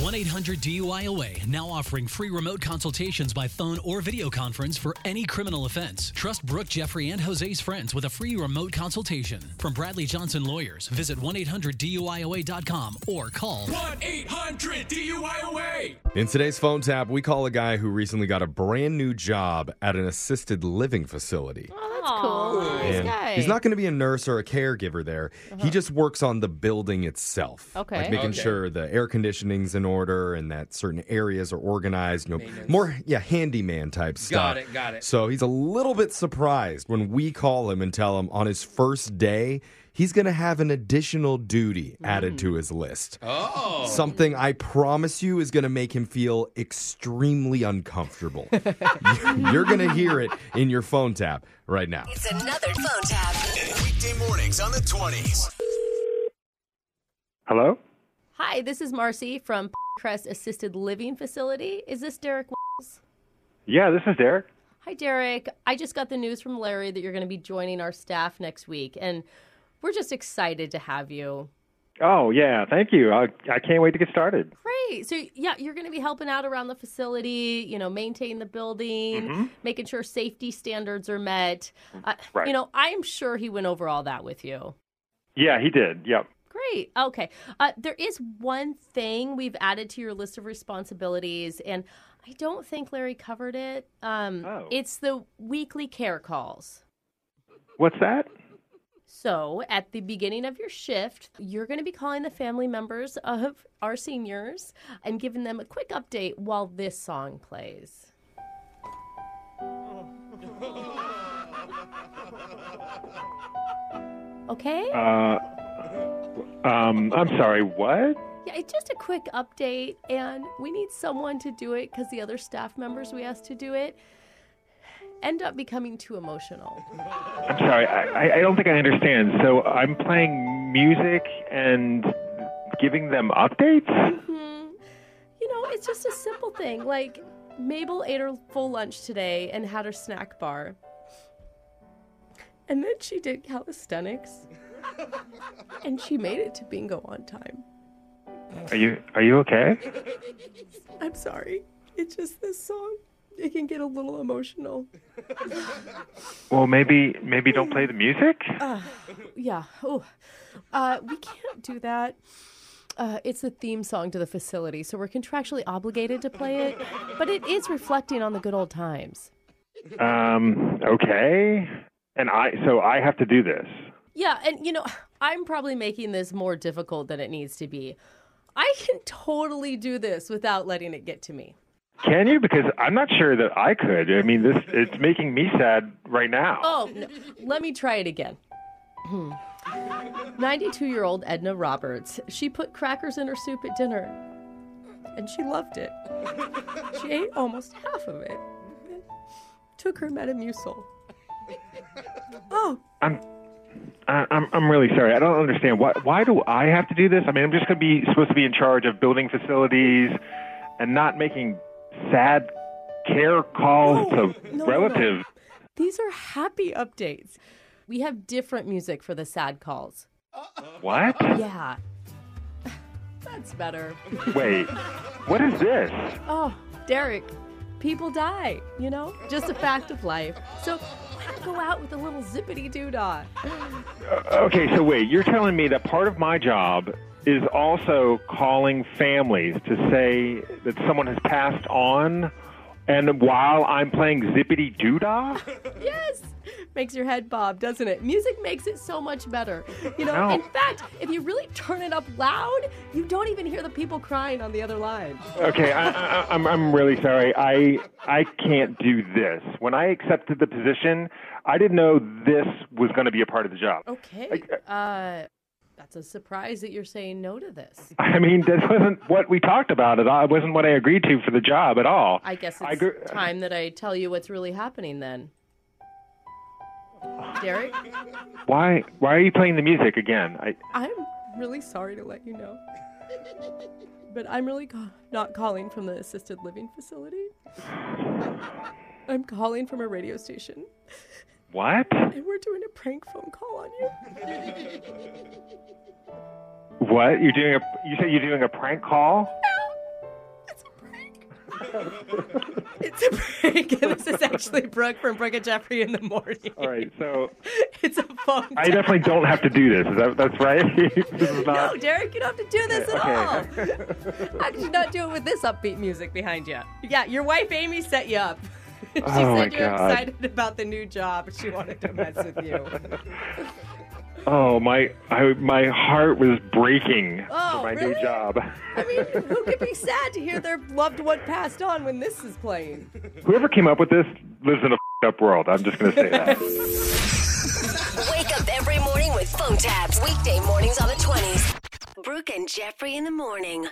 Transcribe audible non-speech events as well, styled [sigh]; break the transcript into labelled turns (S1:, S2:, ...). S1: 1 800 DUIOA now offering free remote consultations by phone or video conference for any criminal offense. Trust Brooke, Jeffrey, and Jose's friends with a free remote consultation. From Bradley Johnson Lawyers, visit 1 800 DUIOA.com or call
S2: 1 800 DUIOA.
S3: In today's phone tap, we call a guy who recently got a brand new job at an assisted living facility.
S4: That's cool. Look at this
S3: And
S4: guy. Uh-huh.
S3: He's not going to be a nurse or a caregiver there. He just works on the building itself.
S4: Okay.
S3: Like making
S2: Okay.
S3: sure the air conditioning's in order and that certain areas are organized. You know, more, yeah, handyman type
S2: Got
S3: stuff.
S2: it, got it.
S3: So he's a little bit surprised when we call him and tell him on his first day, he's going to have an additional duty
S4: Hmm.
S3: added to his list.
S2: Oh.
S3: Something I promise you is going to make him feel extremely
S4: [laughs]
S3: uncomfortable. [laughs] You're going to hear it in your phone tap right now.
S5: It's another phone tap.
S6: Weekday mornings on the 20s.
S7: Hello?
S4: Hi, this is Marcy from Crest Assisted Living Facility. Is this Derek?
S7: Yeah, this is Derek.
S4: Hi, Derek. I just got the news from Larry that you're going to be joining our staff next week, and we're just excited to have you.
S7: Oh, yeah, thank you. I, I can't wait to get started.
S4: Great. So, yeah, you're going to be helping out around the facility, you know, maintain the building,
S3: Mm-hmm.
S4: making sure safety standards are met. Uh,
S7: Right.
S4: You know, I'm sure he went over all that with you.
S7: Yeah, he did. Yep.
S4: Great. Okay. Uh, there is one thing we've added to your list of responsibilities, and I don't think Larry covered it. Um,
S7: Oh.
S4: It's the weekly care calls.
S7: What's that?
S4: So, at the beginning of your shift, you're going to be calling the family members of our seniors and giving them a quick update while this song plays. Okay?
S7: Uh, um, I'm sorry, what?
S4: Yeah, it's just a quick update, and we need someone to do it because the other staff members we asked to do it end up becoming too emotional.
S7: I'm sorry, I, I- I don't think I understand. So I'm playing music and giving them updates?
S4: You know, it's just a simple thing. Like, Mabel ate her full lunch today and had her snack bar. And then she did calisthenics. and she made it to bingo on time.
S7: Are you are you okay?
S4: I'm sorry. It's just this song. It can get a little emotional.
S7: Well, maybe maybe don't play the music?
S4: Yeah. Oh, uh, we can't do that. Uh, it's the theme song to the facility, so we're contractually obligated to play it. But it is reflecting on the good old times.
S7: Um, okay. And I so I have to do this.
S4: Yeah, and you know, I'm probably making this more difficult than it needs to be. I can totally do this without letting it get to me.
S7: Can you? Because I'm not sure that I could. I mean, this it's making me sad right now.
S4: Oh, no. let me try it again. 92 year old Edna Roberts. She put crackers in her soup at dinner, and she loved it. She ate almost half of it. Took her Metamucil. Oh,
S7: I'm, I- I'm, I'm really sorry. I don't understand. Why, why do I have to do this? I mean, I'm just going to be supposed to be in charge of building facilities and not making sad care calls
S4: No,
S7: to
S4: no, no.
S7: relatives.
S4: these are happy updates. We have different music for the sad calls.
S7: What?
S4: Yeah. That's better.
S7: Wait, what is this?
S4: Oh, Derek, people die, you know? Just a fact of life. So why not go out with a little zippity doo dah?
S7: Okay, so wait, you're telling me that part of my job is also calling families to say that someone has passed on and while I'm playing zippity doo dah?
S4: Yes! Makes your head bob, doesn't it? Music makes it so much better. You know,
S7: No.
S4: in fact, if you really turn it up loud, you don't even hear the people crying on the other line.
S7: Okay, I, I, I'm I'm really sorry. I I can't do this. When I accepted the position, I didn't know this was going to be a part of the job.
S4: Okay. Uh that's a surprise that you're saying no to this.
S7: I mean, this wasn't what we talked about. It wasn't what I agreed to for the job at all.
S4: I guess it's
S7: I gr-
S4: time that I tell you what's really happening then. Derek?
S7: Why Why are you playing the music again? I
S4: I'm really sorry to let you know. But I'm really ca- not calling from the assisted living facility. I'm calling from a radio station,
S7: what?
S4: and we're doing a prank phone call on you.
S7: What you're doing? A, you said you're doing a prank call?
S4: It's a prank. this is actually Brooke from Brooke and Jeffrey in the morning.
S7: All right, so
S4: It's a phone. [laughs]
S7: I definitely don't have to do this. Is that, that's right. [laughs] this is
S4: No,
S7: not.
S4: Derek, you don't have to do this at
S7: [laughs]
S4: all. How could you not do it with this upbeat music behind you? Yeah, your wife Amy set you up. [laughs] she
S7: Oh, my
S4: said you're
S7: God.
S4: excited about the new job. She wanted to mess with
S7: [laughs]
S4: you.
S7: Oh my! I, my heart was breaking
S4: Oh,
S7: for my
S4: really?
S7: new job.
S4: I mean, who could be sad to hear their loved one passed on when this is playing?
S7: Whoever came up with this lives in a f***ed up world. I'm just gonna say that.
S5: Wake up every morning with phone tabs. Weekday mornings on the 20s. Brooke and Jeffrey in the morning.